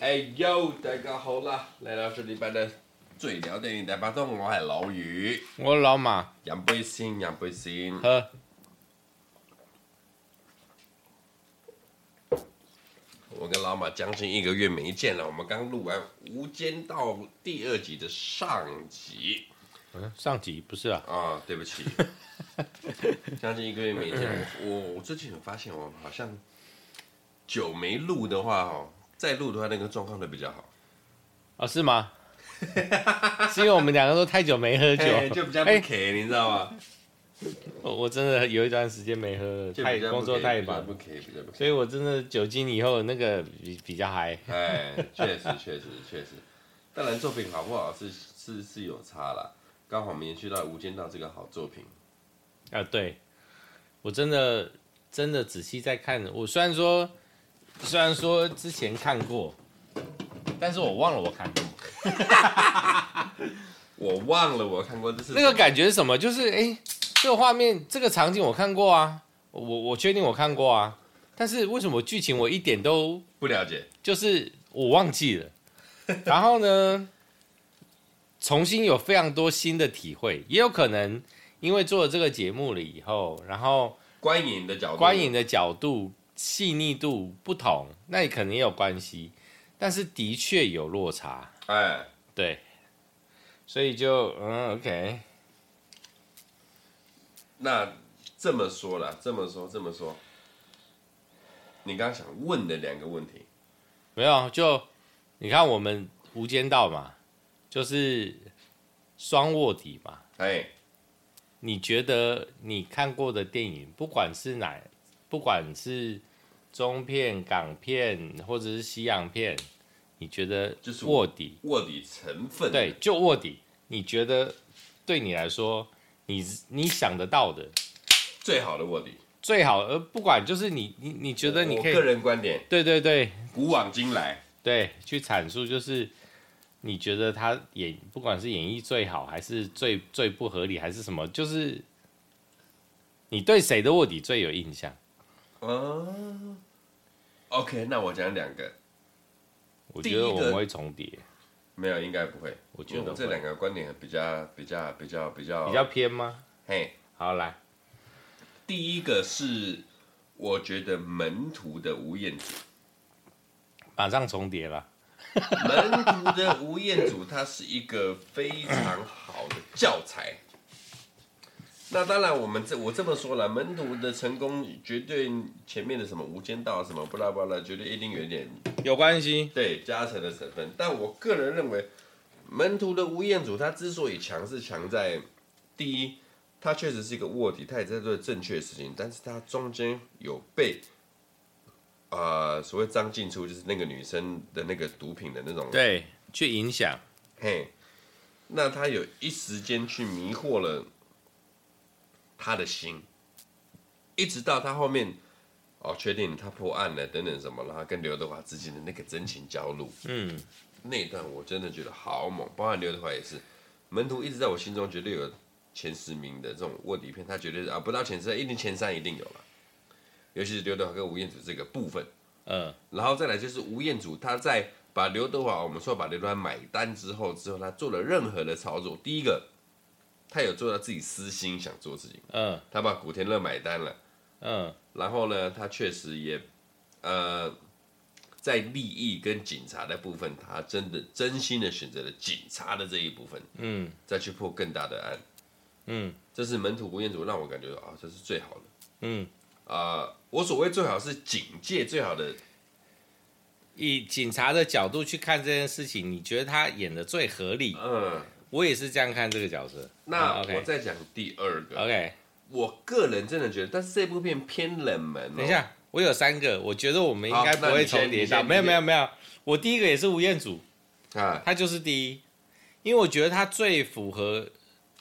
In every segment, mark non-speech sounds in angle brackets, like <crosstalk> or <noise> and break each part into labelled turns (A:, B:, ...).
A: 哎呦，大家好啦！嚟到這禮拜嘅最聊電影大把鐘，我係老魚，
B: 我老马
A: 飲杯先，飲杯先。
B: 喝，
A: 我跟老马将近一个月没见了，我们刚录完《无间道》第二集的上集
B: 嗯，上集不是啊？
A: 啊，对不 <laughs> 起，将近一个月没见了。我我最近有发现，我好像久没录的话，哦，再录的话那个状况会比较好。
B: 哦，是吗？ <laughs> 是因为我们两个都太久没喝
A: 哎
B: 酒，
A: 就比较不
B: 哎
A: care，你知道吗？
B: 我我真的有一段时间没喝了，
A: 就
B: 太
A: 比较不
B: 工作
A: care，
B: 太
A: 比较
B: 忙
A: 不，care，比较不 care。
B: 所以我真的酒精以后那个比比较嗨。 <laughs>
A: 哎，确实，确实，确实。当然，作品好不好是是是有差啦。刚好我们延续到《无间道》这个好作品，
B: 啊，对，我真的真的仔细在看，我虽然说虽然说之前看过，但是我忘了我看过。
A: 我忘了我看过这是
B: 那个感觉是什么？就是哎、诶这个画面、这个场景我看过啊，我我确定我看过啊，但是为什么剧情我一点都
A: 不了解，
B: 就是我忘记了？然后呢，重新有非常多新的体会，也有可能因为做了这个节目了以后，然后
A: 观影的角度，
B: 观影的角度、细腻度不同，那也可能也有关系，但是的确有落差，
A: 哎，
B: 对，所以就嗯，OK，
A: 那这么说啦，这么说，这么说，你刚刚想问的两个问题，
B: 没有，就你看我们《无间道》嘛，就是双卧底嘛。
A: 哎，
B: 你觉得你看过的电影，不管是哪，不管是中片、港片或者是西洋片，你觉得
A: 就是
B: 卧底
A: 卧底成分，
B: 对，，就卧底，你觉得对你来说，你你想得到的
A: 最好的卧底，
B: 最好，而不管就是你你你觉得你
A: 我
B: 可以
A: 个人观点，
B: 对对对，
A: 古往今来，
B: 对，去阐述就是你觉得他演不管是演绎最好，还是最最不合理，还是什么，就是你对谁的卧底最有印象？
A: 嗯、o k 那我讲两个，
B: 我
A: 第
B: 觉得
A: 一
B: 我
A: 个
B: 们会重叠，
A: 没有，应该不会，
B: 我觉
A: 因为
B: 得
A: 这
B: 会
A: 两个观点比较比较比较比较
B: 比较偏吗？
A: 嘿，
B: 好来，
A: 第一个是我觉得门徒的吴彦
B: <laughs>
A: 祖，
B: 马上重叠了。
A: 门徒的吴彦祖他是一个非常好的教材。那当然，我们这我这么说了，门徒的成功绝对前面的什么《无间道》什么不拉不拉，绝对一定有一点
B: 有关系，
A: 对加成的成分。但我个人认为，门徒的吴彦祖他之所以强，是强在第一，他确实是一个卧底，他也在做正确的事情，但是他中间有被呃所谓张静初，就是那个女生的那个毒品的那种，
B: 对，去影响，
A: 嘿，那他有一时间去迷惑了他的心，一直到他后面。哦，确定他破案了，等等什么，然后跟刘德华之间的那个真情交露，
B: 嗯，
A: 那一段我真的觉得好猛，包含刘德华也是，门徒一直在我心中绝对有前十名的这种卧底片，他绝对是啊不到前十，一定前三一定有了，尤其是刘德华跟吴彦祖这个部分，
B: 呃，
A: 然后再来就是吴彦祖他在把刘德华，我们说把刘德华买单之后，之后他做了任何的操作，第一个他有做到自己私心想做的事情，
B: 嗯，
A: 他把古天乐买单了。
B: 嗯，
A: 然后呢，他确实也，呃，在利益跟警察的部分，他真的真心的选择了警察的这一部分，
B: 嗯，
A: 再去破更大的案。
B: 嗯，
A: 这是门徒吴彦祖让我感觉啊、这是最好的。
B: 嗯，
A: 啊、我所谓最好是警界最好的，
B: 以警察的角度去看这件事情，你觉得他演的最合理？
A: 嗯。
B: 我也是这样看这个角色。
A: 那我
B: OK
A: 再讲第二个，
B: OK，
A: 我个人真的觉得，但是这部片偏冷门、哦。
B: 等一，下，我有三个，我觉得我们应
A: 好
B: 该不
A: 那
B: 会
A: 你先
B: 重叠
A: 你先
B: 到。
A: 你
B: 没有
A: 先
B: 没有没有，我第一个也是吴彦祖，
A: 啊，
B: 他就是第一，因为我觉得他最符合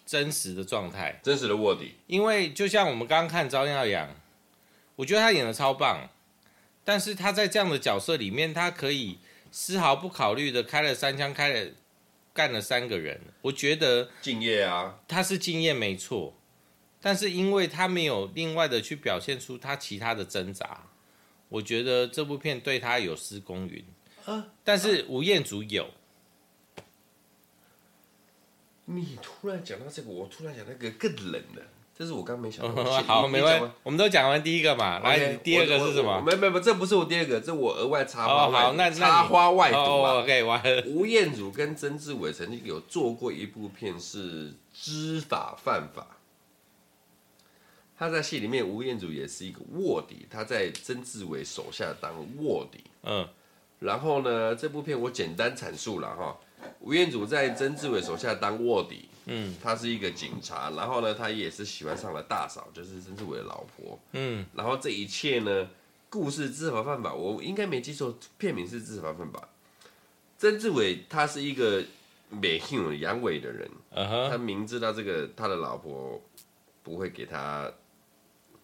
B: 真实的状态。
A: 真实的卧底，
B: 因为就像我们刚刚看张耀扬，我觉得他演的超棒，但是他在这样的角色里面，他可以丝毫不考虑的开了三枪，开了干了三个人。我觉得
A: 敬业啊，
B: 他是经验没错，但是因为他没有另外的去表现出他其他的挣扎，我觉得这部片对他有失公允。但是吴彦祖有，
A: 你突然讲到这个，我突然讲那个更冷的，这是我刚没想到。你
B: 哦好，没问
A: 你讲
B: 题
A: 吧。
B: 我们都讲完第一个嘛，来，
A: OK，
B: 你第二个
A: 我
B: 是什
A: 我我
B: 么？
A: 没没没，这不是我第二个，这我额外插花
B: 哦，
A: 外
B: 好，那那你
A: 插花外读
B: 哦
A: 啊。
B: ，OK，完了。
A: 吴彦祖跟曾志伟曾经有做过一部片是《知法犯法》，他在戏里面吴彦祖也是一个卧底，他在曾志伟手下当卧底。
B: 嗯，
A: 然后呢，这部片我简单阐述了哈。吴彦祖在曾志伟手下当卧底，
B: 嗯，
A: 他是一个警察，然后呢，他也是喜欢上了大嫂，就是曾志伟的老婆，
B: 嗯，
A: 然后这一切呢，故事知法犯法，我应该没记错，片名是知法犯法。曾志伟他是一个美性阳痿的人，
B: 嗯
A: 他
B: 哼，
A: 明知道这个他的老婆不会给他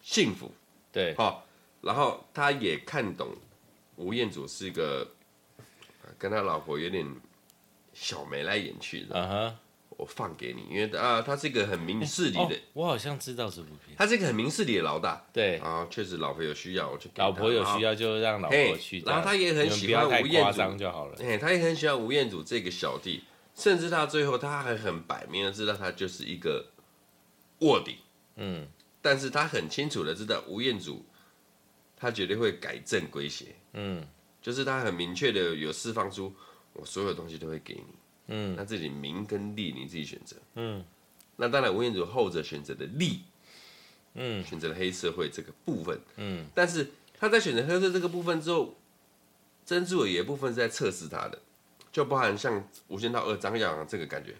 A: 幸福，
B: 对，
A: 好、然后他也看懂吴彦祖是一个呃跟他老婆有点小眉来眼去的，
B: 嗯哼，
A: 我放给你，因为啊，他是一个很明事理
B: 哦
A: 的，，
B: 我好像知道这部片，
A: 他是一个很明事理的老大
B: 对，
A: 啊，确实老婆有需要，我就给他
B: 老婆有需，要就让老婆
A: 嘿
B: 去这
A: 然
B: 样，
A: 后他也很
B: 你们
A: 喜
B: 不要
A: 欢
B: 太
A: 吴彦
B: 夸
A: 祖
B: 张就好了。
A: 哎、他也很喜欢吴彦祖这个小弟，甚至他最后他还很摆明的知道他就是一个卧底，
B: 嗯，
A: 但是他很清楚的知道吴彦祖，他绝对会改正归邪，
B: 嗯
A: 就是他很明确的有释放出我所有东西都会给你，
B: 嗯
A: 那自己名跟利你自己选择。
B: 嗯
A: 那当然，吴彦祖后者选择的利，
B: 嗯
A: 选择了黑社会这个部分，
B: 嗯，
A: 但是他在选择黑社会这个部分之后，曾志伟也部分是在测试他的，就包含像《无间道二》张耀扬这个感觉，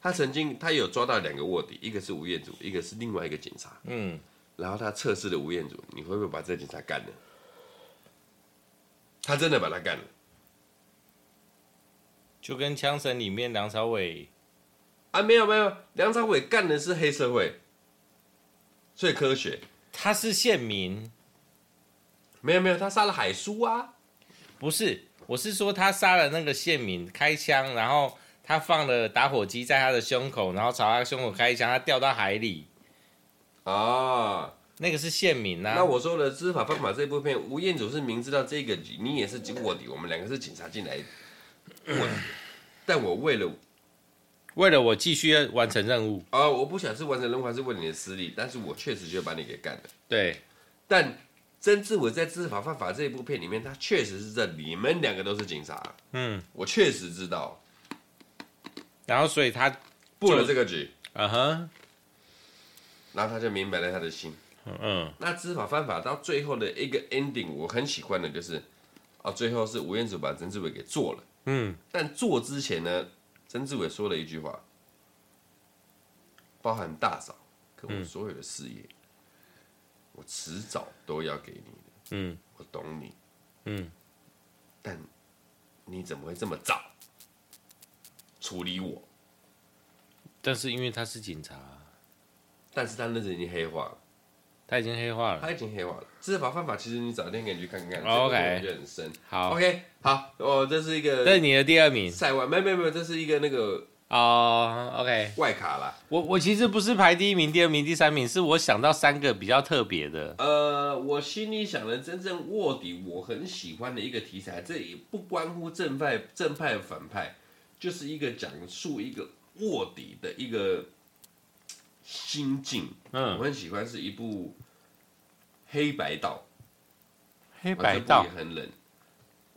A: 他曾经他有抓到两个卧底，一个是吴彦祖，一个是另外一个警察，
B: 嗯，
A: 然后他测试了吴彦祖，你会不会把这个警察干了？他真的把他干了。
B: 就跟《枪神》里面梁朝伟，
A: 啊，没有没有，梁朝伟干的是黑社会，最科学。
B: 他是县民，
A: 没有没有，他杀了海叔啊，
B: 不是，我是说他杀了那个县民，开枪，然后他放了打火机在他的胸口，然后朝他胸口开枪，他掉到海里，
A: 啊，
B: 那个是县民啊呐、
A: 那我说的《知法犯法》这部片，吴彦祖是明知道这个你也是卧底，我们两个是警察进来卧底，但我为了
B: 为了我继续完成任务，
A: 啊，我不想是完成任务，还是为了你的私利，但是我确实就把你给干了。
B: 对，
A: 但曾志伟在《知法犯法》这一部片里面，他确实是在你们两个都是警察，
B: 嗯，
A: 我确实知道
B: 然后所以他，
A: 布了这个局，
B: 嗯哼，
A: 然后他就明白了他的心。
B: 嗯
A: 那知法犯法到最后的一个 ending，我很喜欢的就是，啊，最后是吴彦祖把曾志伟给做了，
B: 嗯，
A: 但做之前呢，曾志伟说了一句话，包含大嫂跟我所有的事业，我迟早都要给你的，
B: 嗯，
A: 我懂你，
B: 嗯，
A: 但你怎么会这么早处理我？
B: 但是因为他是警察，
A: 但是他那时已经黑化了，
B: 他已经黑化了。
A: 他已经黑化了。知法犯法，其实你找电影去看看，这个
B: 啊哦 OK
A: 我觉得很深。
B: 好，
A: OK，好，哦，这是一
B: 这是
A: 个
B: 你的第二名
A: 塞外，没有没有没有，这是一个那个
B: 哦。OK，
A: 外卡啦。
B: 我我其实不是排第一名、第二名、第三名，是我想到三个比较特别的。
A: 呃，我心里想的真正卧底，我很喜欢的一个题材，这也不关乎正派、正派、反派，就是一个讲述一个卧底的一个心境。我
B: 嗯，
A: 很喜欢是一部黑白道，
B: 黑
A: 黑
B: 白道
A: 也，很冷。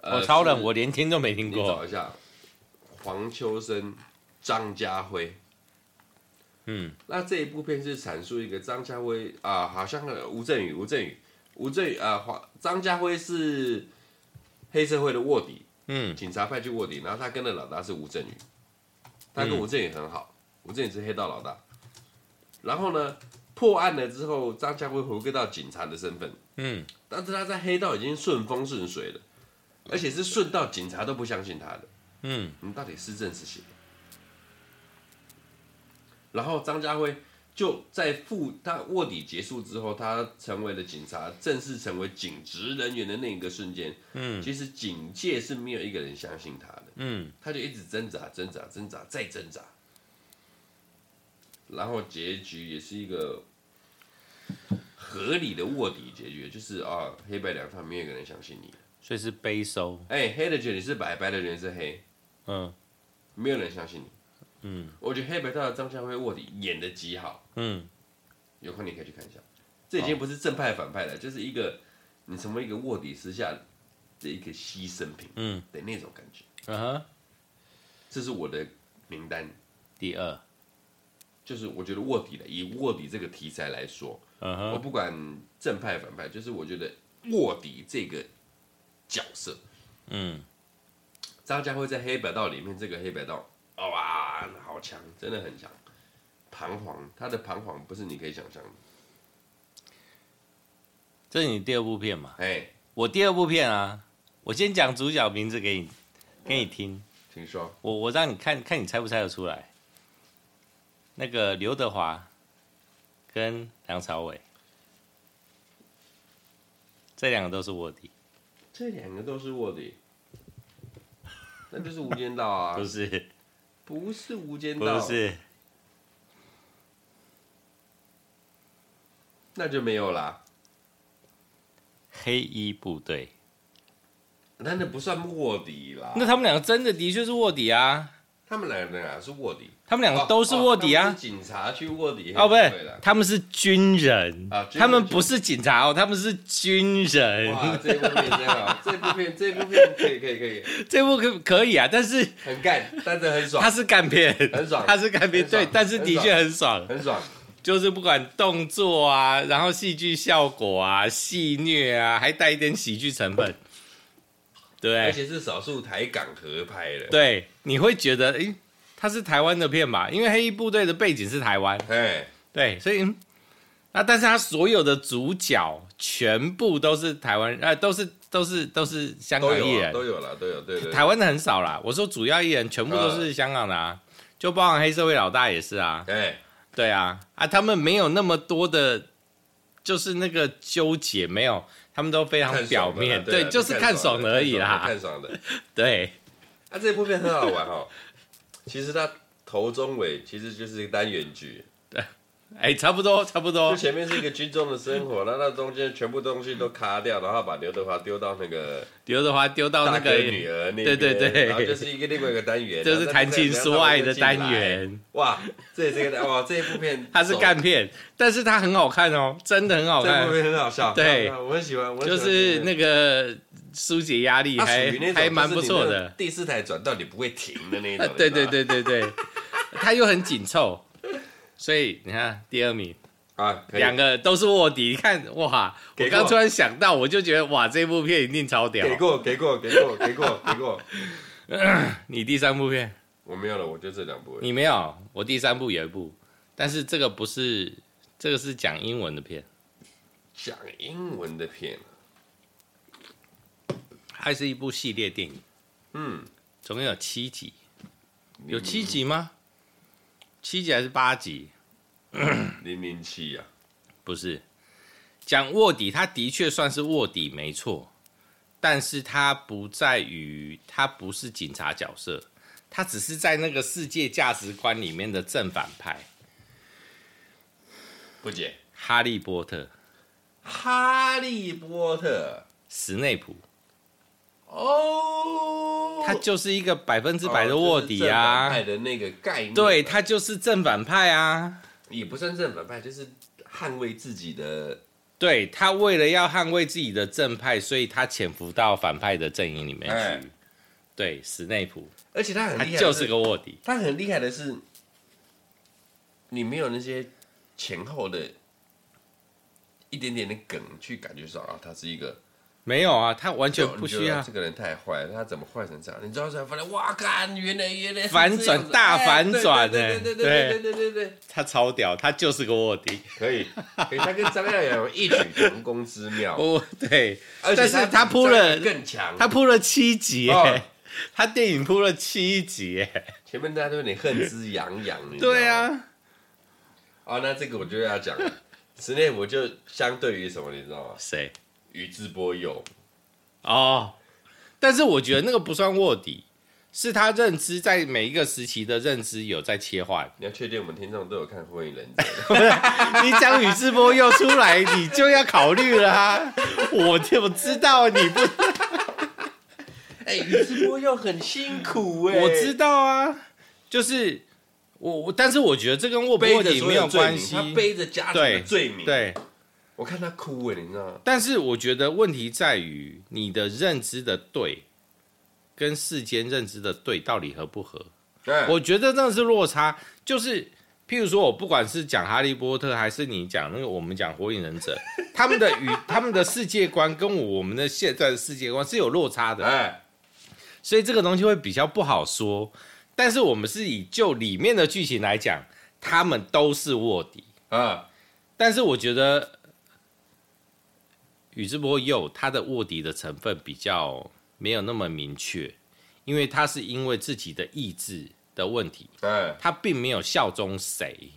A: 呃
B: 我超人，
A: 是
B: 我连听都没听
A: 你
B: 过。
A: 找一下黄秋生、张家辉。
B: 嗯，
A: 那这一部片是阐述一个张家辉啊、好像呃吴镇宇，吴镇宇，吴镇宇啊，黄张家辉是黑社会的卧底，
B: 嗯
A: 警察派去卧底，然后他跟的老大是吴镇宇，他跟
B: 嗯
A: 吴镇宇很好，吴镇宇是黑道老大。然后呢，破案了之后，张家辉回归到警察的身份，
B: 嗯
A: 但是他在黑道已经顺风顺水了，而且是顺到警察都不相信他的。
B: 嗯
A: 你到底是正是邪？然后张家辉就在副他卧底结束之后，他成为了警察，正式成为警职人员的那一个瞬间，嗯，其实警界是没有一个人相信他的，
B: 嗯，
A: 他就一直挣扎、挣扎、挣扎，再挣扎，然后结局也是一个合理的卧底结局，就是啊，黑白两方没有一个人相信你，
B: 所以是背收，
A: 哎、黑的觉得你是白，白的觉得你是黑，
B: 嗯
A: 没有人相信你，嗯，我觉得黑白道的张家辉卧底演的极好。
B: 嗯，
A: 有空你可以去看一下。这已经不是正派反派了，就是一个你成为一个卧底私下的一个牺牲品，
B: 嗯
A: 的那种感觉。
B: 嗯哼，
A: 这是我的名单，
B: 第二，
A: 就是我觉得卧底的，以卧底这个题材来说，
B: 嗯
A: 我
B: 哼，
A: 不管正派反派，就是我觉得卧底这个角色，
B: 嗯
A: 张家辉在黑白道里面，这个黑白道，哇，好强，真的很强，彷徨，他的彷徨不是你可以想象的，
B: 这是你第二部片嘛？
A: 哎，
B: 我第二部片啊，我先讲主角名字给你，给你听，
A: 请说，
B: 我我让你看看你猜不猜得出来。那个刘德华跟梁朝伟，这两个都是卧底，
A: 这两个都是卧底，那就是《无间道》啊，
B: 不是
A: 不是《无间
B: 不
A: 道》，
B: 是
A: 那就没有啦，
B: 黑衣部队。
A: 那那不算卧底啦。
B: 那他们两个真的的确是卧底啊，
A: 他们两个人啊是卧底，
B: 他们两个都是卧底
A: 哦哦他
B: 啊
A: 们。是警察去卧底
B: 哦，不
A: 对
B: 是
A: 啦，
B: 他们是军人，
A: 啊军人
B: 他们不是警察哦，他们是
A: 哇，
B: 军人。
A: 这部片真好，这部片这部片可以可以可以，
B: <laughs> 这部可可以啊，但是
A: 很干，但是很爽
B: 他，是干片，
A: 很爽
B: 他是干片，
A: 很爽
B: 对，但是的确很爽，
A: 很爽。
B: 就是不管动作啊，然后戏剧效果啊，戏虐啊，还带一点喜剧成分，
A: 而
B: 对
A: 且是少数台港合拍的，
B: 哎对，你会觉得，诶，它是台湾的片吧？因为黑衣部队的背景是台湾，
A: 哎，
B: 对，所以嗯啊，但是他所有的主角全部都是台湾，呃，都是都是都是香
A: 都
B: 港艺
A: 有啊
B: 人，
A: 都有了，都有，呃对对，对
B: 台湾的很少啦。我说主要艺人全部都是香港的啊，就包含黑社会老大也是啊，
A: 哎，
B: 对啊，啊，他们没有那么多的，就是那个纠结，没有，他们都非常
A: 看爽的啦
B: 表面，
A: 对啊，
B: 就是看爽
A: 的
B: 而已啦，
A: 看爽的。
B: 对，
A: 啊，这部片很好玩哦。其实它头中尾其实就是一个单元剧，
B: 哎，差不多，差不
A: 就
B: 多，
A: 前面是一个军中的生活，然后那中间全部东西都卡掉，然后把刘德华丢到那个
B: 刘德华丢到
A: 大
B: 哦那
A: 哥
B: 个，
A: 女儿那边，
B: 对对对
A: 然后就是一个另外一个单元，
B: 就是谈情说爱的单
A: 然后
B: 元，
A: 他们就进来。哇，这也是一个哇，这一部片
B: 它是干片，但是它很好看哦，真的很好
A: 走，这
B: 看
A: 部，片很好笑，啊
B: 对
A: 我很喜欢，我很喜
B: 就
A: 欢
B: 是
A: 这部片
B: 那个疏解压力
A: 它
B: 还
A: 属于那种
B: 还蛮不
A: 就是
B: 错
A: 你那
B: 的
A: 种，第四台转到你不会停的那一种
B: 啊，， <laughs> 对
A: 你知
B: 对
A: 道吗
B: 对对对， <laughs> 他又很紧凑，所以你看第二名。
A: 啊，可以
B: 两个都是卧底，你看哇！
A: 给
B: 我
A: 过
B: 刚突然想到，我就觉得哇，这部片一定超屌
A: 给。过给过给过给过给过，
B: 你第三部片
A: 我没有了，我就这两部而已。
B: 你没有，我第三部有一部，但是这个不是，这个是讲英文的片，
A: 讲英文的片，
B: 它是一部系列电影，
A: 嗯，
B: 总共有七集，有七集吗？七集还是八集？
A: 零零七啊呀，
B: 不是，讲卧底，他的确算是卧底，没错，但是他不在于他不是警察角色，他只是在那个世界价值观里面的正反派。
A: 不解。
B: 哈利波特、
A: 哈利波特
B: 史内普，
A: 哦，
B: 他就是一个百分之百的卧底
A: 哦
B: 啊，
A: 就是正反派的那个概念，
B: 对他就是正反派啊，
A: 也不算正反派，就是捍卫自己的
B: 对他为了要捍卫自己的正派，所以他潜伏到反派的阵营里面
A: 哎
B: 去。对，史内普，
A: 而且他很
B: 他
A: 厉害的，
B: 就是个卧底。
A: 他很厉害的是，你没有那些前后的一点点的梗去感觉说啊，他是一个
B: 没有啊，他完全
A: 就
B: 不
A: 你觉
B: 需
A: 得
B: 要
A: 这。个人太坏了，他怎么坏成这样？你知道才发现，哇，看原来原来是
B: 反转
A: 这样子
B: 大
A: 哎
B: 反转
A: 对
B: 哎
A: 对对对对对对对对，
B: 他超屌，他就是个卧底。
A: 可以，可以，他跟张耀扬有异曲同工之妙，
B: <laughs> 哦，对，
A: 而且
B: 但是他
A: 比
B: 铺
A: 张耀扬
B: 了
A: 更强，
B: 他铺了七集耶
A: 哦
B: 他电影铺了七集耶
A: 前面大家都有点恨之洋洋，你知道吗
B: 对，啊，
A: 啊，那这个我就要讲了， <laughs> 史内普就相对于什么，你知道吗？
B: 谁？
A: 宇智波鼬，
B: 哦，但是我觉得那个不算卧底，是他认知在每一个时期的认知有在切换。
A: 你要确定我们听众都有看《火影忍者》，
B: <laughs> 你讲宇智波鼬出来，你就要考虑了啊！我就我知道你不，
A: <laughs> 哎、宇智波鼬很辛苦哎、
B: 我知道啊，就是我我，但是我觉得这跟卧不卧
A: 背着
B: 底
A: 所
B: 没有
A: 罪
B: 关
A: 名，
B: 系。
A: 他背着家族的
B: 对
A: 罪名，
B: 对，
A: 我看他哭哎、你知道吗？
B: 但是我觉得问题在于你的认知的对，跟世间认知的对到底合不合？
A: 哎
B: 我觉得那是落差，就是譬如说我不管是讲哈利波特，还是你讲那个我们讲火影忍者，他们的与他们的世界观跟我们的现在的世界观是有落差的，
A: 哎，
B: 所以这个东西会比较不好说。但是我们是以就里面的剧情来讲，他们都是卧底，
A: 啊，
B: 但是我觉得宇智波鼬他的卧底的成分比较没有那么明确，因为他是因为自己的意志的问题。
A: 哎，
B: 他并没有效忠谁，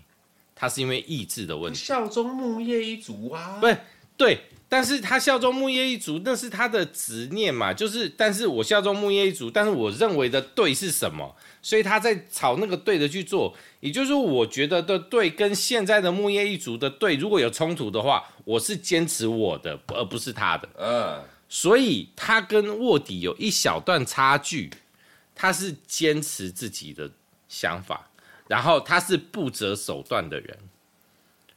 B: 他是因为意志的问题。
A: 效忠木叶一族啊
B: 不，是对，但是他效忠木叶一族，那是他的执念嘛。就是，但是我效忠木叶一族，但是我认为的对是什么？所以他在朝那个对的去做。也就是说，我觉得的对跟现在的木叶一族的对如果有冲突的话，我是坚持我的，而不是他的。
A: 啊，
B: 所以他跟卧底有一小段差距，他是坚持自己的想法，然后他是不择手段的人。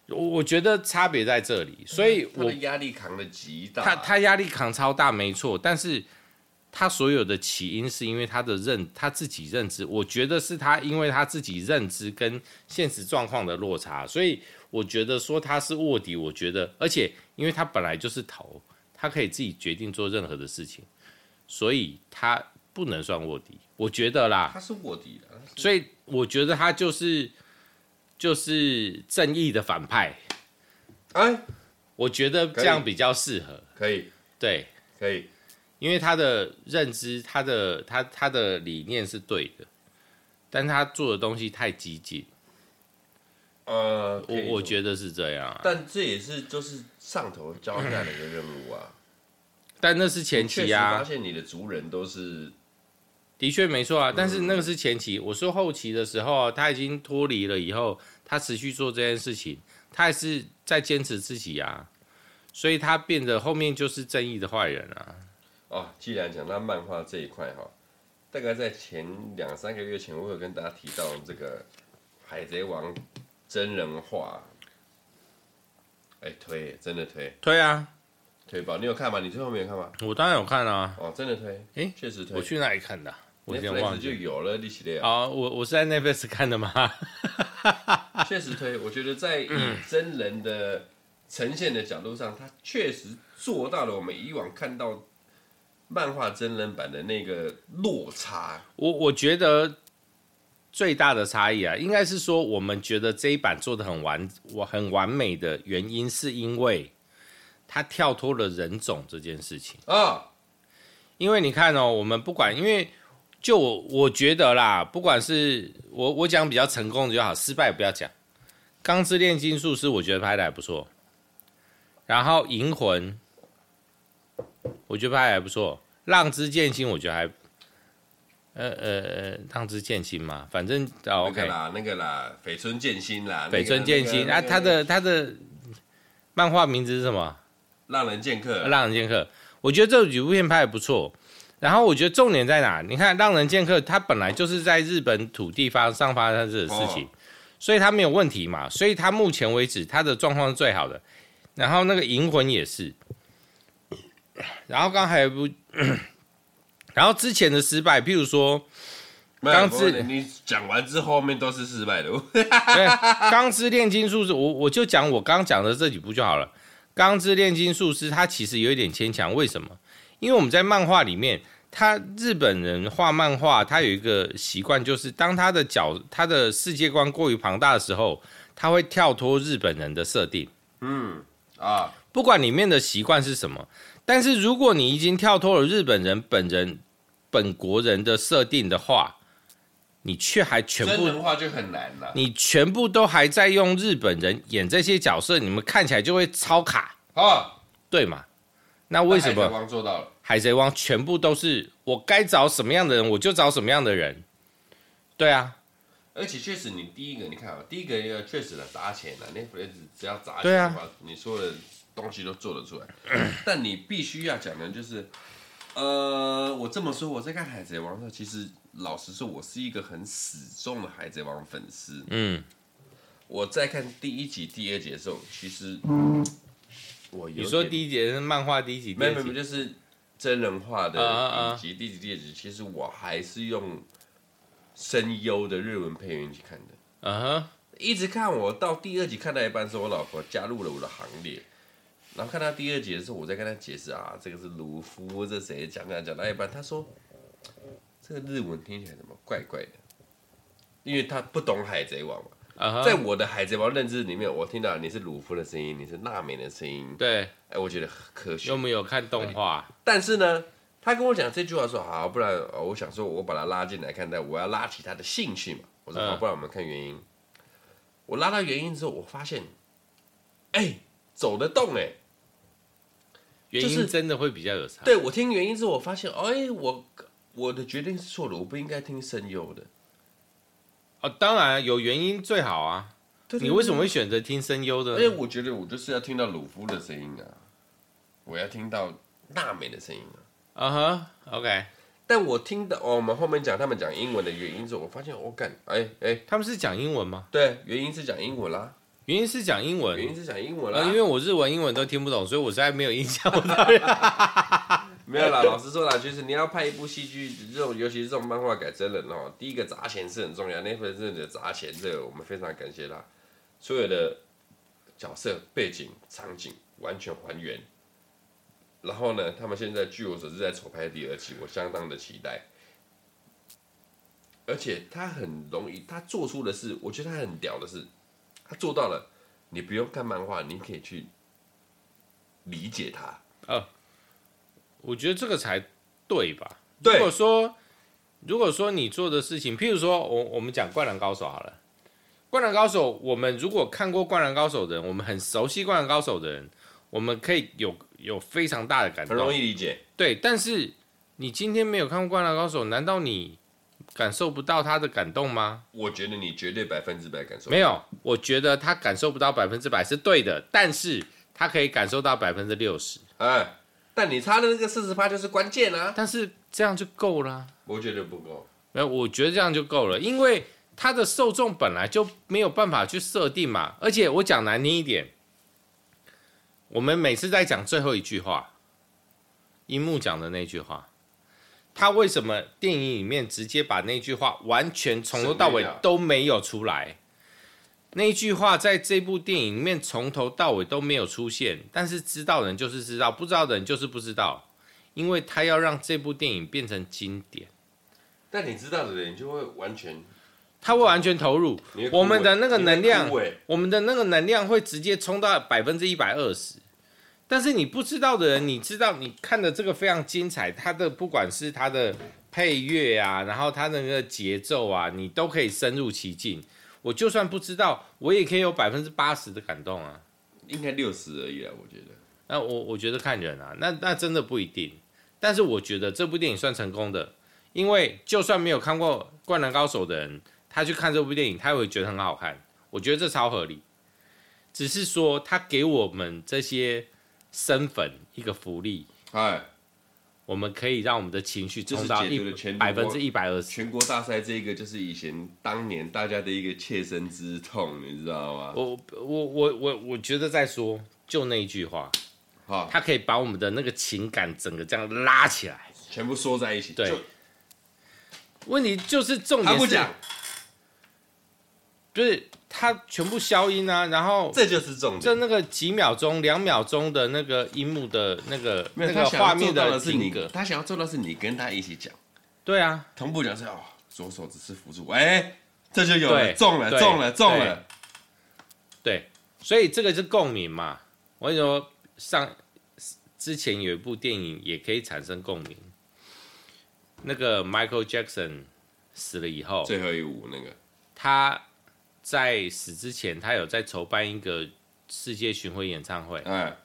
B: 我我觉得差别在这里，所以
A: 他
B: 我
A: 的压力扛得极大，
B: 他他压力扛超大，没错，但是他所有的起因是因为他的认他自己认知，我觉得是他因为他自己认知跟现实状况的落差，所以我觉得说他是卧底，我觉得，而且因为他本来就是头，他可以自己决定做任何的事情，所以他不能算卧底，我觉得啦，
A: 他是卧底的，他是
B: 所以我觉得他就是就是正义的反派，
A: 哎，
B: 我觉得这样比较适合，
A: 可以，
B: 对。
A: 可以，
B: 因为他的认知、他的他他的理念是对的，但他做的东西太激进，
A: 呃，
B: 我
A: 得，
B: 我觉得是这样啊、但
A: 但这也是就是上头交代的一个任务啊。
B: 那是前
A: 确
B: 期
A: 实发
B: 啊，
A: 现你的族人都是
B: 的确没错啊。但
A: 嗯
B: 是那个是前期，我说后期的时候啊，他已经脱离了以后，他持续做这件事情，他还是在坚持自己啊，所以他变得后面就是正义的坏人啊。
A: 哦，既然讲到漫画这一块哈，大概在前两三个月前，我有跟大家提到这个《海贼王》真人化，哎、推，真的推，
B: 对啊，
A: 推爆！你有看吗？你最后没有看吗？
B: 我当然有看啊，
A: 哦，真的推，
B: 诶
A: 确实推，
B: 我去哪里看的啊、我有点
A: Netflix
B: 忘
A: 就
B: 记。
A: 有了一系列啊，
B: 啊，我我是在 Netflix 看的吗？
A: 确实推。我觉得在以
B: 嗯
A: 真人的呈现的角度上，它确实做到了我们以往看到漫画真人版的那个落差。
B: 我我觉得最大的差异啊，应该是说我们觉得这一版做的很完我很完美的原因，是因为它跳脱了人种这件事情。
A: 啊，
B: 因为你看哦，我们不管，因为就我我觉得啦，不管是我我讲比较成功的就好，失败不要讲。《钢之炼金术师》我觉得拍的还不错，然后《银魂》我觉得拍的还不错，《浪之剑心》我觉得还，呃呃呃，《浪之剑心》嘛，反正哦
A: 那
B: OK，
A: 个啦，那个啦，绯村剑心啦，
B: 北村剑心啊，他的他的漫画名字是什么？
A: 让人剑
B: 《
A: 客，
B: 呃浪人剑客》，我觉得这几部片拍的不错。然后我觉得重点在哪？你看《浪人剑客》，它本来就是在日本土地发上发生这个事情，
A: 哦
B: 所以它没有问题嘛。所以它目前为止它的状况是最好的。然后那个《银魂》也是，然后刚才还有一部， <clears throat> 然后之前的失败，譬如说
A: 没有
B: 钢之
A: 不过你讲完之后后面都是失败的，
B: 对，《钢之炼金术师》我，我就讲我刚讲的这几部就好了。《钢之炼金术师》它其实有一点牵强，为什么？因为我们在漫画里面，他日本人画漫画，他有一个习惯，就是当他的角他的世界观过于庞大的时候，他会跳脱日本人的设定。
A: 嗯啊，
B: 不管里面的习惯是什么，但是如果你已经跳脱了日本人本人本国人的设定的话，你却还全
A: 真
B: 部
A: 人化就很难了。
B: 你全部都还在用日本人演这些角色，你们看起来就会超卡，
A: 好，
B: 对吗？那为什
A: 啊那海贼
B: 么
A: 王做到了？
B: 海贼王全部都是我该找什么样的人，我就找什么样的人？对啊，
A: 而且确实，你第一个你看啊，第一个要确实的砸钱啊 n e t f l 只要砸钱
B: 对
A: 的
B: 啊
A: 话，你说的东西都做得出来。但你必须要讲的就是，呃，我这么说，我在看《海贼王》的时候，其实老实说，我是一个很死忠的《海贼王》粉丝。
B: 嗯，
A: 我在看第一集、第二集的时候，其实我有
B: 你说
A: 点
B: 第一节是漫画第一集，第
A: 没
B: 二
A: 有没有，
B: 集
A: 就是真人化的
B: 啊啊啊
A: 影集第几第几集，其实我还是用声优的日文配音去看的。
B: 嗯哼，
A: 一直看我到第二集看到一半的时候，我老婆加入了我的行列。然后看到第二集的时候，我在跟她解释啊，这个是鲁夫，这谁讲啊讲讲到一半，她说这个日文听起来怎么怪怪的，因为她不懂海贼王嘛。
B: 嗯哼，
A: 在我的海贼王认知里面，我听到你是鲁夫的声音，你是娜美的声音，
B: 对，
A: 哎，我觉得很科学
B: 有。没有看动画？
A: 但是呢，他跟我讲这句话说好，不然、呃我想说我把他拉进来看待，我要拉起他的兴趣嘛。我说
B: 嗯
A: 好，不然我们看原因。我拉到原因之后，我发现，哎、走得动哎、
B: 嗯原
A: 就是
B: 因真的会比较有差。
A: 对我听原因之后，我发现，哎、我我的决定是错的，我不应该听声优的。
B: 哦，当然有原因最好啊。你为什么？会选择听声优的
A: 而
B: 呢？
A: 且哎我觉得我就是要听到鲁夫的声音啊，我要听到娜美的声音啊。
B: 嗯哼，OK，
A: 但我听到、哦、我们后面讲他们讲英文的原因之后，我发现我干，哎、哎、
B: 他们是讲英文吗？
A: 对，原因是讲英文啦，
B: 原因是讲英文，
A: 原因是讲英文啦。
B: 呃，因为我日文、英文都听不懂，所以我实在没有印象。 <laughs> 我
A: 没有啦，老实说啦，就是你要拍一部戏剧，这种尤其是这种漫画改真人哦，第一个砸钱是很重要。那份真的砸钱，这个我们非常感谢他，所有的角色、背景、场景完全还原。然后呢，他们现在据我所知在筹拍第二期，我相当的期待。而且他很容易，他做出的是，我觉得他很屌的是，他做到了，你不用看漫画，你可以去理解他。
B: 我觉得这个才对吧？
A: 对
B: 如果说如果说你做的事情，譬如说我我们讲《灌篮高手》好了，《灌篮高手》，我们如果看过《灌篮高手》的人，我们很熟悉《灌篮高手》的人，我们可以有有非常大的感
A: 很
B: 动，
A: 容易理解。
B: 对，但是你今天没有看过《灌篮高手》，难道你感受不到他的感动吗？
A: 我觉得你绝对百分之百感受。
B: 没有，我觉得他感受不到百分之百是对的，但是他可以感受到百分之六十，
A: 哎，但你差的那个四十趴就是关键啊！
B: 但是这样就够了啊。
A: 我觉得不够。
B: 没有，我觉得这样就够了，因为他的受众本来就没有办法去设定嘛。而且我讲难听一点，我们每次在讲最后一句话，樱木讲的那句话，他为什么电影里面直接把那句话完全从头到
A: 省略
B: 尾
A: 掉
B: 都没有出来？那一句话在这部电影里面从头到尾都没有出现，但是知道的人就是知道，不知道的人就是不知道，因为他要让这部电影变成经典。
A: 但你知道的人，你就会完全，
B: 他会完全投入
A: 你会，枯萎
B: 我们的那个能量
A: 你会枯欸萎，
B: 我们的那个能量会直接冲到百分之一百二十。但是你不知道的人，你知道你看的这个非常精彩，它的不管是它的配乐啊，然后它的那个节奏啊，你都可以深入其境。我就算不知道，我也可以有百分之八十的感动啊。
A: 应该六十而已啊！我觉得
B: 那我我觉得看人啊，那那真的不一定。但是我觉得这部电影算成功的，因为就算没有看过《灌篮高手》的人，他去看这部电影，他也会觉得很好看。我觉得这超合理。只是说，他给我们这些生粉一个福利，
A: 哎，
B: 我们可以让我们的情绪
A: 这是
B: 冲到
A: 解
B: 一
A: 读的啊全
B: 百
A: 国
B: 分之一百二十。
A: 全国大赛这个就是以前当年大家的一个切身之痛，你知道吗？
B: 我我我我我觉得再说，就那一句话，
A: 好，
B: 他可以把我们的那个情感整个这样拉起来。
A: 全部缩在一起。
B: 对
A: 就
B: 问题就是重点
A: 他
B: 是
A: 不讲，
B: 就是他全部消音啊，然后
A: 这就是重
B: 在
A: 点。
B: 那个几秒钟、两秒钟的那个樱幕的那个
A: 没
B: 那
A: 有，
B: 个
A: 他想
B: 画
A: 要做
B: 面
A: 到的是
B: 停
A: 你
B: 格，，
A: 他想要做到是你跟他一起讲，
B: 对啊，
A: 同步讲是哦，左手只是辅助，哎，这就有了，
B: 对
A: 中了，
B: 对
A: 中了，中
B: 对
A: 了。
B: 对，所以这个是共鸣嘛。我跟你说，上之前有一部电影也可以产生共鸣，那个 Michael Jackson 死了以后，
A: 最后一舞那个，
B: 他在死之前，他有在筹办一个世界巡回演唱会，
A: 哎，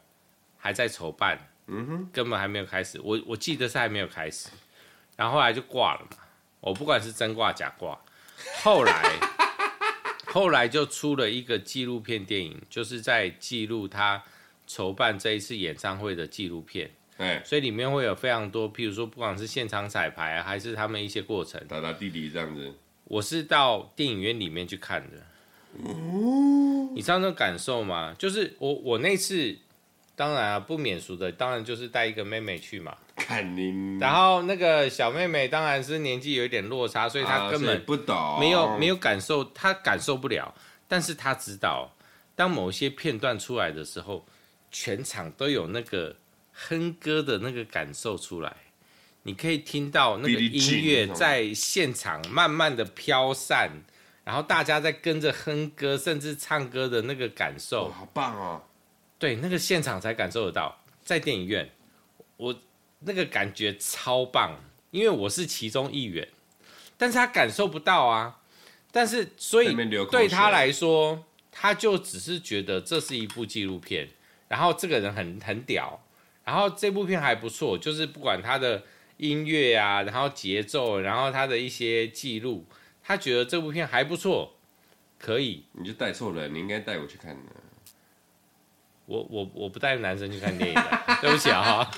B: 还在筹办，
A: 嗯哼，
B: 根本还没有开始。我我记得是还没有开始，然后后来就挂了嘛。我不管是真挂假挂，后来
A: <laughs>
B: 后来就出了一个纪录片电影，就是在记录他筹办这一次演唱会的纪录片，
A: 哎，
B: 所以里面会有非常多，譬如说不管是现场彩排啊，还是他们一些过程，
A: 打打弟弟这样子，
B: 我是到电影院里面去看的。你知道那种感受吗？就是我我那次，当然啊不免俗的，当然就是带一个妹妹去嘛。
A: 看你，
B: 然后那个小妹妹当然是年纪有一点落差，所以她
A: 啊
B: 根
A: 所以
B: 本
A: 不懂，
B: 没有没
A: 有，
B: 有感受，她感受不了。但是她知道，当某些片段出来的时候，全场都有那个哼歌的那个感受出来，你可以听到那个
A: Billie Jean
B: 音乐
A: 那种
B: 在现场慢慢的飘散，然后大家在跟着哼歌，甚至唱歌的那个感受
A: 哦，。好棒哦，
B: 对，那个现场才感受得到，在电影院，我那个感觉超棒，因为我是其中一员，但是他感受不到啊。但是，所
A: 在
B: 以
A: 那边流口水
B: 对他来说，他就只是觉得这是一部纪录片，然后这个人很很屌，然后这部片还不错，就是不管他的音乐啊，然后节奏，然后他的一些记录，他觉得这部片还不错，可以。
A: 你就带错人，你应该带我去看的，
B: <laughs> 我我我不带男生去看电影的，对不起啊、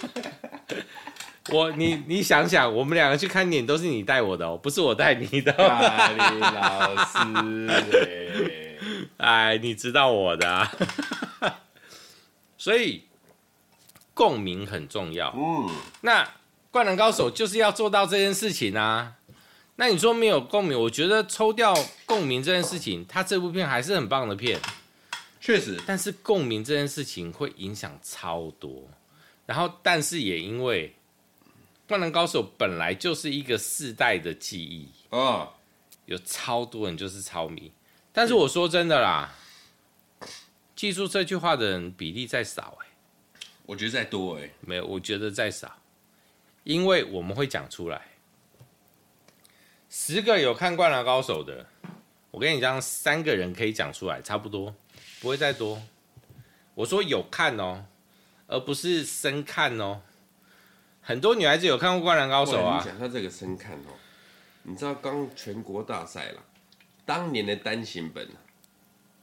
B: 我你你想想，我们两个去看电影都是你带我的哦，不是我带你的哦。
A: 咖喱老师欸，
B: <laughs> 哎，你知道我的、啊， <laughs> 所以共鸣很重要。
A: 嗯，
B: 那《灌篮高手》就是要做到这件事情啊。那你说没有共鸣，我觉得抽掉共鸣这件事情，他这部片还是很棒的片。
A: 确实，
B: 但是共鸣这件事情会影响超多，然后但是也因为《灌篮高手》本来就是一个世代的记忆，
A: 哦，
B: 有超多人就是超迷。但是我说真的啦，记住这句话的人比例在少哎、
A: 我觉得再多哎，
B: 没有，我觉得在少，因为我们会讲出来。十个有看《灌篮高手》的，我跟你讲，三个人可以讲出来，差不多，不会再多。我说有看哦，而不是深看哦。很多女孩子有看过《灌篮高手》
A: 哇你
B: 啊，
A: 讲到这个深看哦，你知道刚全国大赛啦，当年的单行本啊，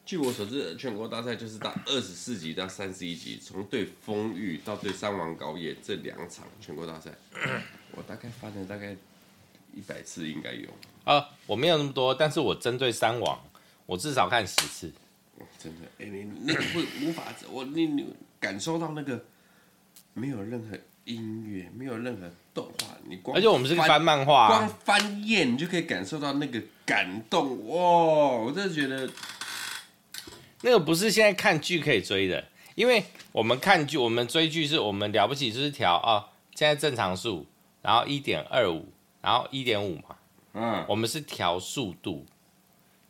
A: 据我所知，全国大赛就是到二十四集到三十一集，从对丰裕到对三王高野这两场全国
B: <coughs>
A: 大赛，我大概翻了大概一百次应该有，
B: 啊，我没有那么多，但是我针对三王，我至少看十次。
A: 真的，哎、你那个会无法，我你你感受到那个没有任何音乐，没有任何动画，你光
B: 而且我们是
A: 翻
B: 翻漫画、
A: 光
B: 啊，
A: 翻页你就可以感受到那个感动哇！我真的觉得
B: 那个不是现在看剧可以追的，因为我们看剧，我们追剧是我们了不起就是调啊、现在正常数，然后一点二五，然后一点五嘛，
A: 啊，
B: 我们是调速度，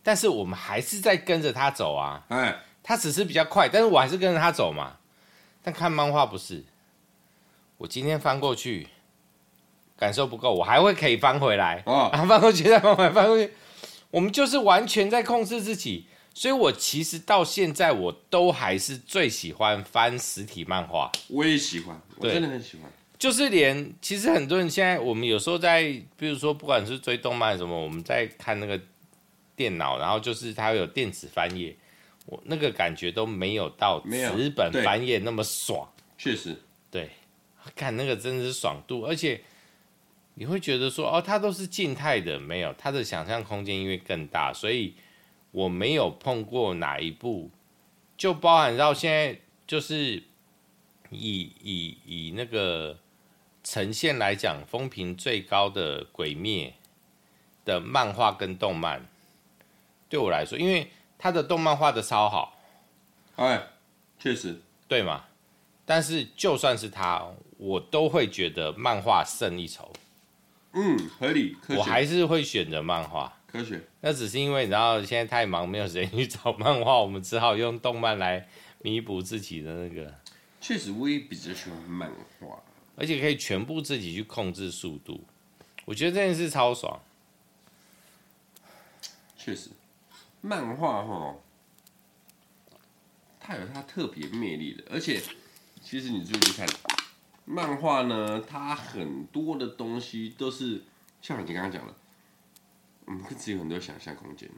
B: 但是我们还是在跟着它走啊，
A: 哎，
B: 它只是比较快，但是我还是跟着它走嘛。但看漫画不是，我今天翻过去，感受不够，我还会可以翻回来，
A: 哦
B: 然后翻过去再翻回来，翻过去，我们就是完全在控制自己。所以我其实到现在，我都还是最喜欢翻实体漫画，
A: 我也喜欢，我
B: 对
A: 真的很喜欢。
B: 就是连其实很多人现在，我们有时候在，比如说不管是追动漫什么，我们在看那个电脑，然后就是它有电子翻页，我那个感觉都没有到
A: 没有
B: 纸本
A: 对
B: 翻页那么爽。
A: 确实，
B: 对， <laughs> 看那个真的是爽度，而且你会觉得说，哦，它都是静态的，没有它的想象空间因为更大，所以我没有碰过哪一部，就包含到现在就是以以以那个呈现来讲，风评最高的《鬼灭》的漫画跟动漫，对我来说，因为它的动漫画的超好。
A: 哎，确实，
B: 对嘛？但是就算是他，我都会觉得漫画胜一筹，
A: 嗯，合理，科
B: 我
A: 学，
B: 还是会选择漫画。
A: 科学，
B: 那只是因为你知道现在太忙，没有时间去找漫画，我们只好用动漫来弥补自己的那个，
A: 确实我也比较喜欢漫画。
B: 而且可以全部自己去控制速度。我觉得这件事超爽。
A: 确实，漫画哈，它有它特别魅力的，而且其实你注意看，漫画呢，它很多的东西都是像你刚刚讲的，我们自己有很多想象空间。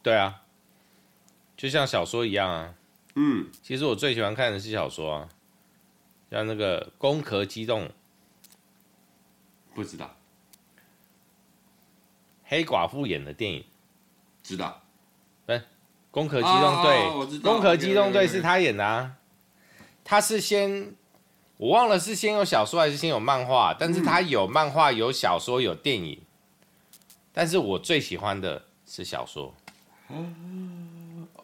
B: 对啊，就像小说一样啊。
A: 嗯，
B: 其实我最喜欢看的是小说啊，像那个《攻壳机动》《
A: 不知道，
B: 黑寡妇》演的电影《
A: 知道，
B: 攻壳机动队》
A: 哦我知道
B: 攻壳机动队》
A: 有有有
B: 是他演的啊。他是先，我忘了是先有小说还是先有漫画，但是他有漫画、有小说、有电影。但是我最喜欢的是小说。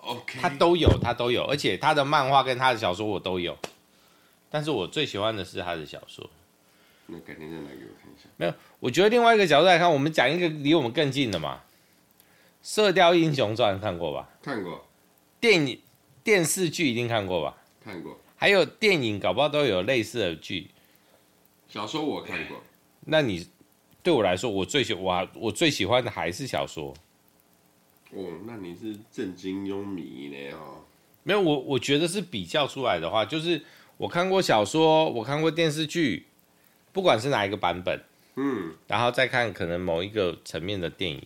A: OK，
B: 他都有，他都有，而且他的漫画跟他的小说我都有，但是我最喜欢的是他的小说。
A: 那改天再来给我看一下。
B: 我觉得另外一个角度来看，我们讲一个离我们更近的嘛，《射雕英雄传》看过吧？
A: 看过，
B: 电影、电视剧一定看过吧？
A: 看过，
B: 还有电影，搞不好都有类似的剧。
A: 小说我看过，
B: 那你对我来说，我最喜我我最喜欢的还是小说。
A: 哦，那你是正金庸迷呢哦。
B: 没有，我我觉得是比较出来的话，就是我看过小说，我看过电视剧，不管是哪一个版本。
A: 嗯，
B: 然后再看可能某一个层面的电影，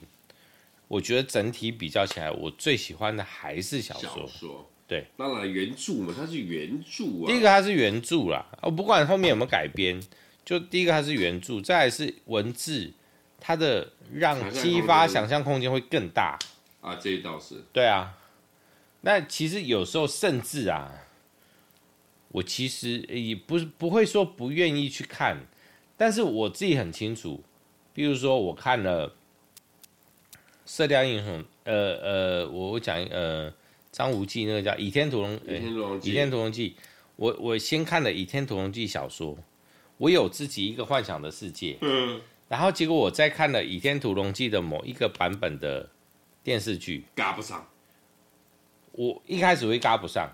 B: 我觉得整体比较起来，我最喜欢的还是小
A: 小
B: 说。
A: 说，啊
B: 对，
A: 当然原著嘛，它是原著啊。
B: 第一个它是原著啦，我不管后面有没有改编，就第一个它是原著，再来是文字，它的让
A: 想象
B: 激发
A: 空间
B: 想象空间会更大。
A: 啊，这一道是
B: 对啊，那其实有时候甚至啊，我其实呃也不是不会说不愿意去看，但是我自己很清楚，比如说我看了《射雕英雄》，呃呃，我我讲呃张无忌那个叫《倚天屠龙》
A: 倚
B: 呃，《
A: 天屠龙记
B: 倚天屠龙记》，我我先看了《倚天屠龙记》小说，我有自己一个幻想的世界，
A: 嗯，
B: 然后结果我再看了《倚天屠龙记》的某一个版本的电视剧。
A: 嘎不上，
B: 我一开始会嘎不上，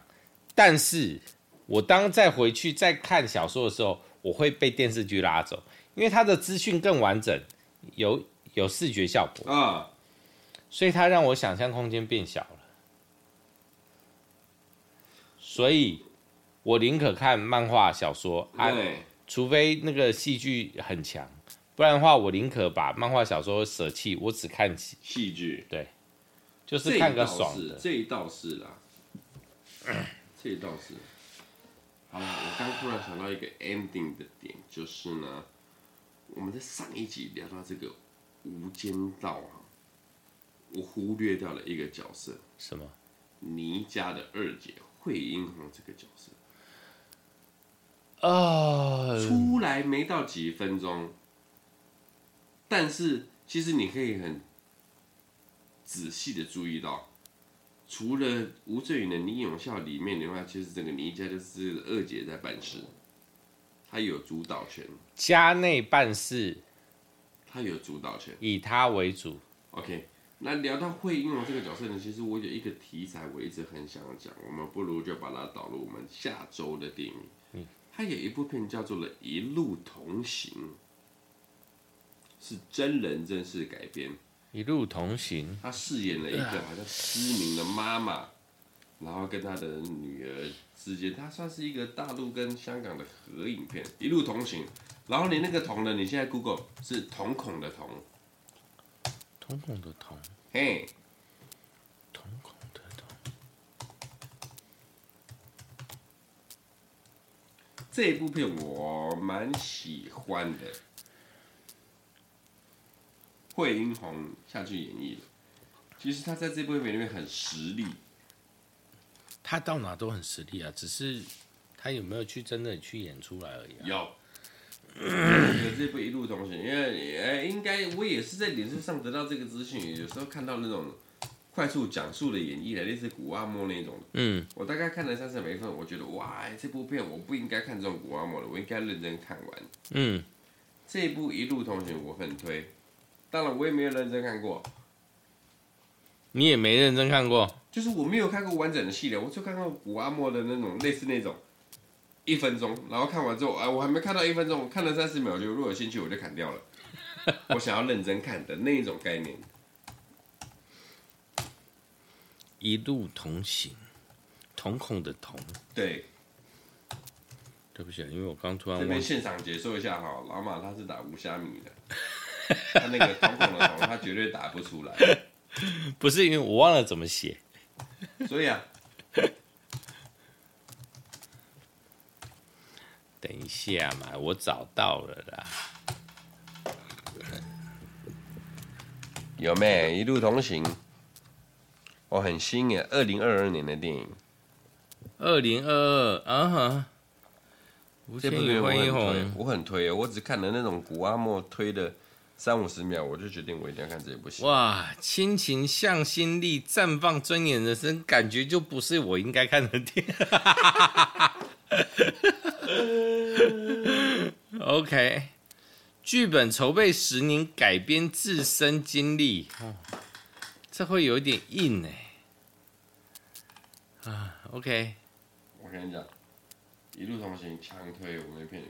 B: 但是我当再回去再看小说的时候，我会被电视剧拉走，因为它的资讯更完整，有有视觉效果，
A: 啊，
B: 所以它让我想象空间变小了。所以，我宁可看漫画、小说，啊，
A: 对，
B: 除非那个戏剧很强，不然的话，我宁可把漫画、小说舍弃，我只看戏，
A: 戏剧
B: 就是看个爽
A: 这一道
B: 的
A: 是。这一道是啦，
B: <clears throat>
A: 这一道是。好了，我刚突然想到一个 ending 的点，就是呢，我们在上一集聊到这个《无间道》哈，我忽略掉了一个角色，
B: 什么？
A: 倪家的二姐惠英红这个角色，
B: 哦，
A: 出来没到几分钟，但是其实你可以很仔细的注意到，除了吴镇宇的《倪永孝》里面的话，其实整个倪家就是二姐在办事，她有主导权，
B: 家内办事
A: 她有主导权。
B: 以他为主。
A: OK，那聊到惠英红这个角色呢，其实我有一个题材我一直很想讲，我们不如就把它导入我们下周的电影。它有一部片叫做《了一路同行》，是真人真事改编。
B: 一路同行，
A: 她饰演了一个好像失明的妈妈，然后跟她的女儿之间，它算是一个大陆跟香港的合影片，《一路同行》。然后你那个“同”呢，你现在 Google 是瞳孔的“瞳
B: 瞳孔的瞳，”，
A: 嘿，
B: 瞳孔的瞳。
A: 这一部片我蛮喜欢的，惠英红下去演绎的。其实她在这部片里面很实力，
B: 他到哪都很实力啊，只是他有没有去真的去演出来而已、啊。
A: 有。有这部《一路同行》，因为呃，应该我也是在脸书上得到这个资讯，有时候看到那种快速讲述的演绎的，类似古阿莫那种的。
B: 嗯，
A: 我大概看了三十每份，我觉得哇，这部片我不应该看这种古阿莫的，我应该认真看完。
B: 嗯，
A: 这一部《一路同行》我很推，当然我也没有认真看过，
B: 你也没认真看过。
A: 就是我没有看过完整的系列，我就看过古阿莫的那种类似那种一分钟，然后看完之后，哎，我还没看到一分钟，我看了三十 <laughs> 秒，就如果有兴趣我就砍掉了，我想要认真看的那一种概念。
B: 一路同行，瞳孔的瞳。
A: 对，
B: 对不起，啊因为我刚突然
A: 这
B: 忘
A: 边
B: 记，
A: 现场解说一下哈，老马他是打无虾米 <laughs> 的，他那个瞳孔的瞳，他绝对打不出来，
B: 不是因为我忘了怎么写。
A: 所以啊，
B: 等一下嘛，我找到了啦。
A: 有没一路同行？哦，很新耶，二零二二年的电影，
B: 二零二二啊哈，吴
A: 这
B: 千
A: 部
B: 语
A: 片我
B: 欢
A: 很
B: 迎
A: 推
B: 红，，
A: 我很推耶，我只看了那种古阿莫推的三五十秒，我就决定我一定要看这部戏。
B: 哇，亲情向心力，绽放尊严人生，感觉就不是我应该看的电影。OK，剧本筹备十年，改编自身经历，哦这会有点硬哎、啊，OK，
A: 我跟你讲，一路同行强推，我没骗你。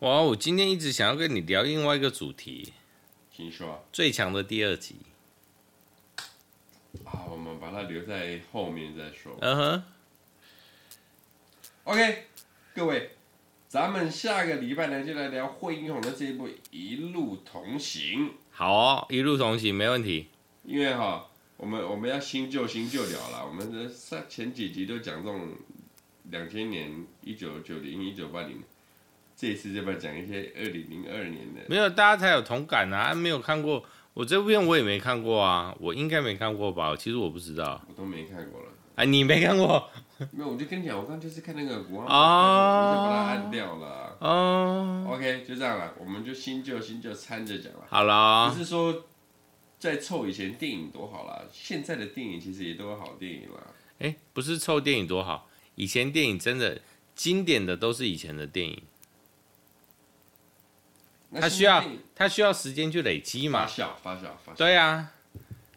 B: 哇，我今天一直想要跟你聊另外一个主题，
A: 听说
B: 《最强的第二集》。
A: 啊，我们把它留在后面再说。
B: 嗯哼，
A: OK，各位，咱们下个礼拜呢就来聊惠英红的这一部《一路同行》，
B: 好哦，一路同行没问题。
A: 因为哈、我们我们要新旧新旧聊了，我们的上前几集都讲这种两千年、一九九零、一九八零，这一次就来讲一些二零零二年的。
B: 没有，大家才有同感啊！没有看过，我这部片我也没看过啊，我应该没看过吧？其实我不知道。
A: 我都没看过了，
B: 啊，你没看过
A: 没有，我就跟你讲，我刚就是看那个国王，
B: 哦
A: 我就把它按掉了。
B: 哦？
A: OK，就这样了，我们就新旧新旧掺着讲了。
B: 好啊
A: 不
B: 啦，
A: 是说在凑以前电影多好啦，现在的电影其实也都有好电影啦。
B: 哎，不是臭电影多好，以前电影真的经典的都是以前的电影，
A: 那现
B: 它
A: 在
B: 需要
A: 电影
B: 它需要时间去累积
A: 发
B: 嘛。
A: 酵，发酵，发酵。
B: 对啊，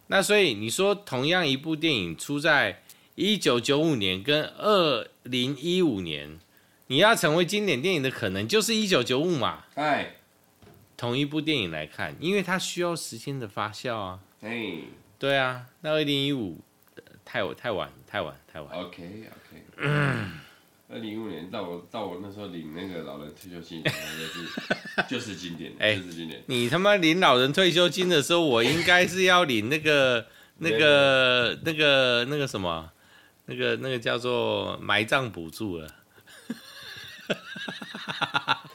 B: 那所以你说同样一部电影出在一九九五年跟二零一五年，你要成为经典电影的可能就是一九九五嘛。
A: 哎，
B: 同一部电影来看，因为它需要时间的发酵啊。
A: 哎
B: 对啊，那二零一五太晚太晚太晚太
A: 哦
B: 晚。
A: ，OK OK。二
B: 嗯
A: 零一五年到我到我那时候领那个老人退休金，就是 <laughs> 就是经典，
B: 哎
A: 就是经典。
B: 你他妈领老人退休金的时候，我应该是要领那个那个那个那个什么，那个那个叫做埋葬补助啊了。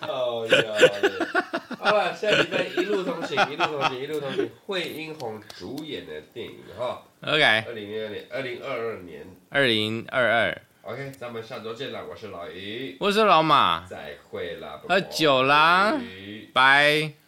A: 哦呀！ <laughs> 好了，下礼拜一路同行，一路同行，一路同行。惠英红主演的电影哈，
B: OK，
A: 二零零二年，二零二二年。
B: 二零二二，
A: OK，咱们下周见啦，我是老姨。
B: 我是老马，
A: 再会啦，
B: 喝酒啦啊
A: 拜拜
B: 拜。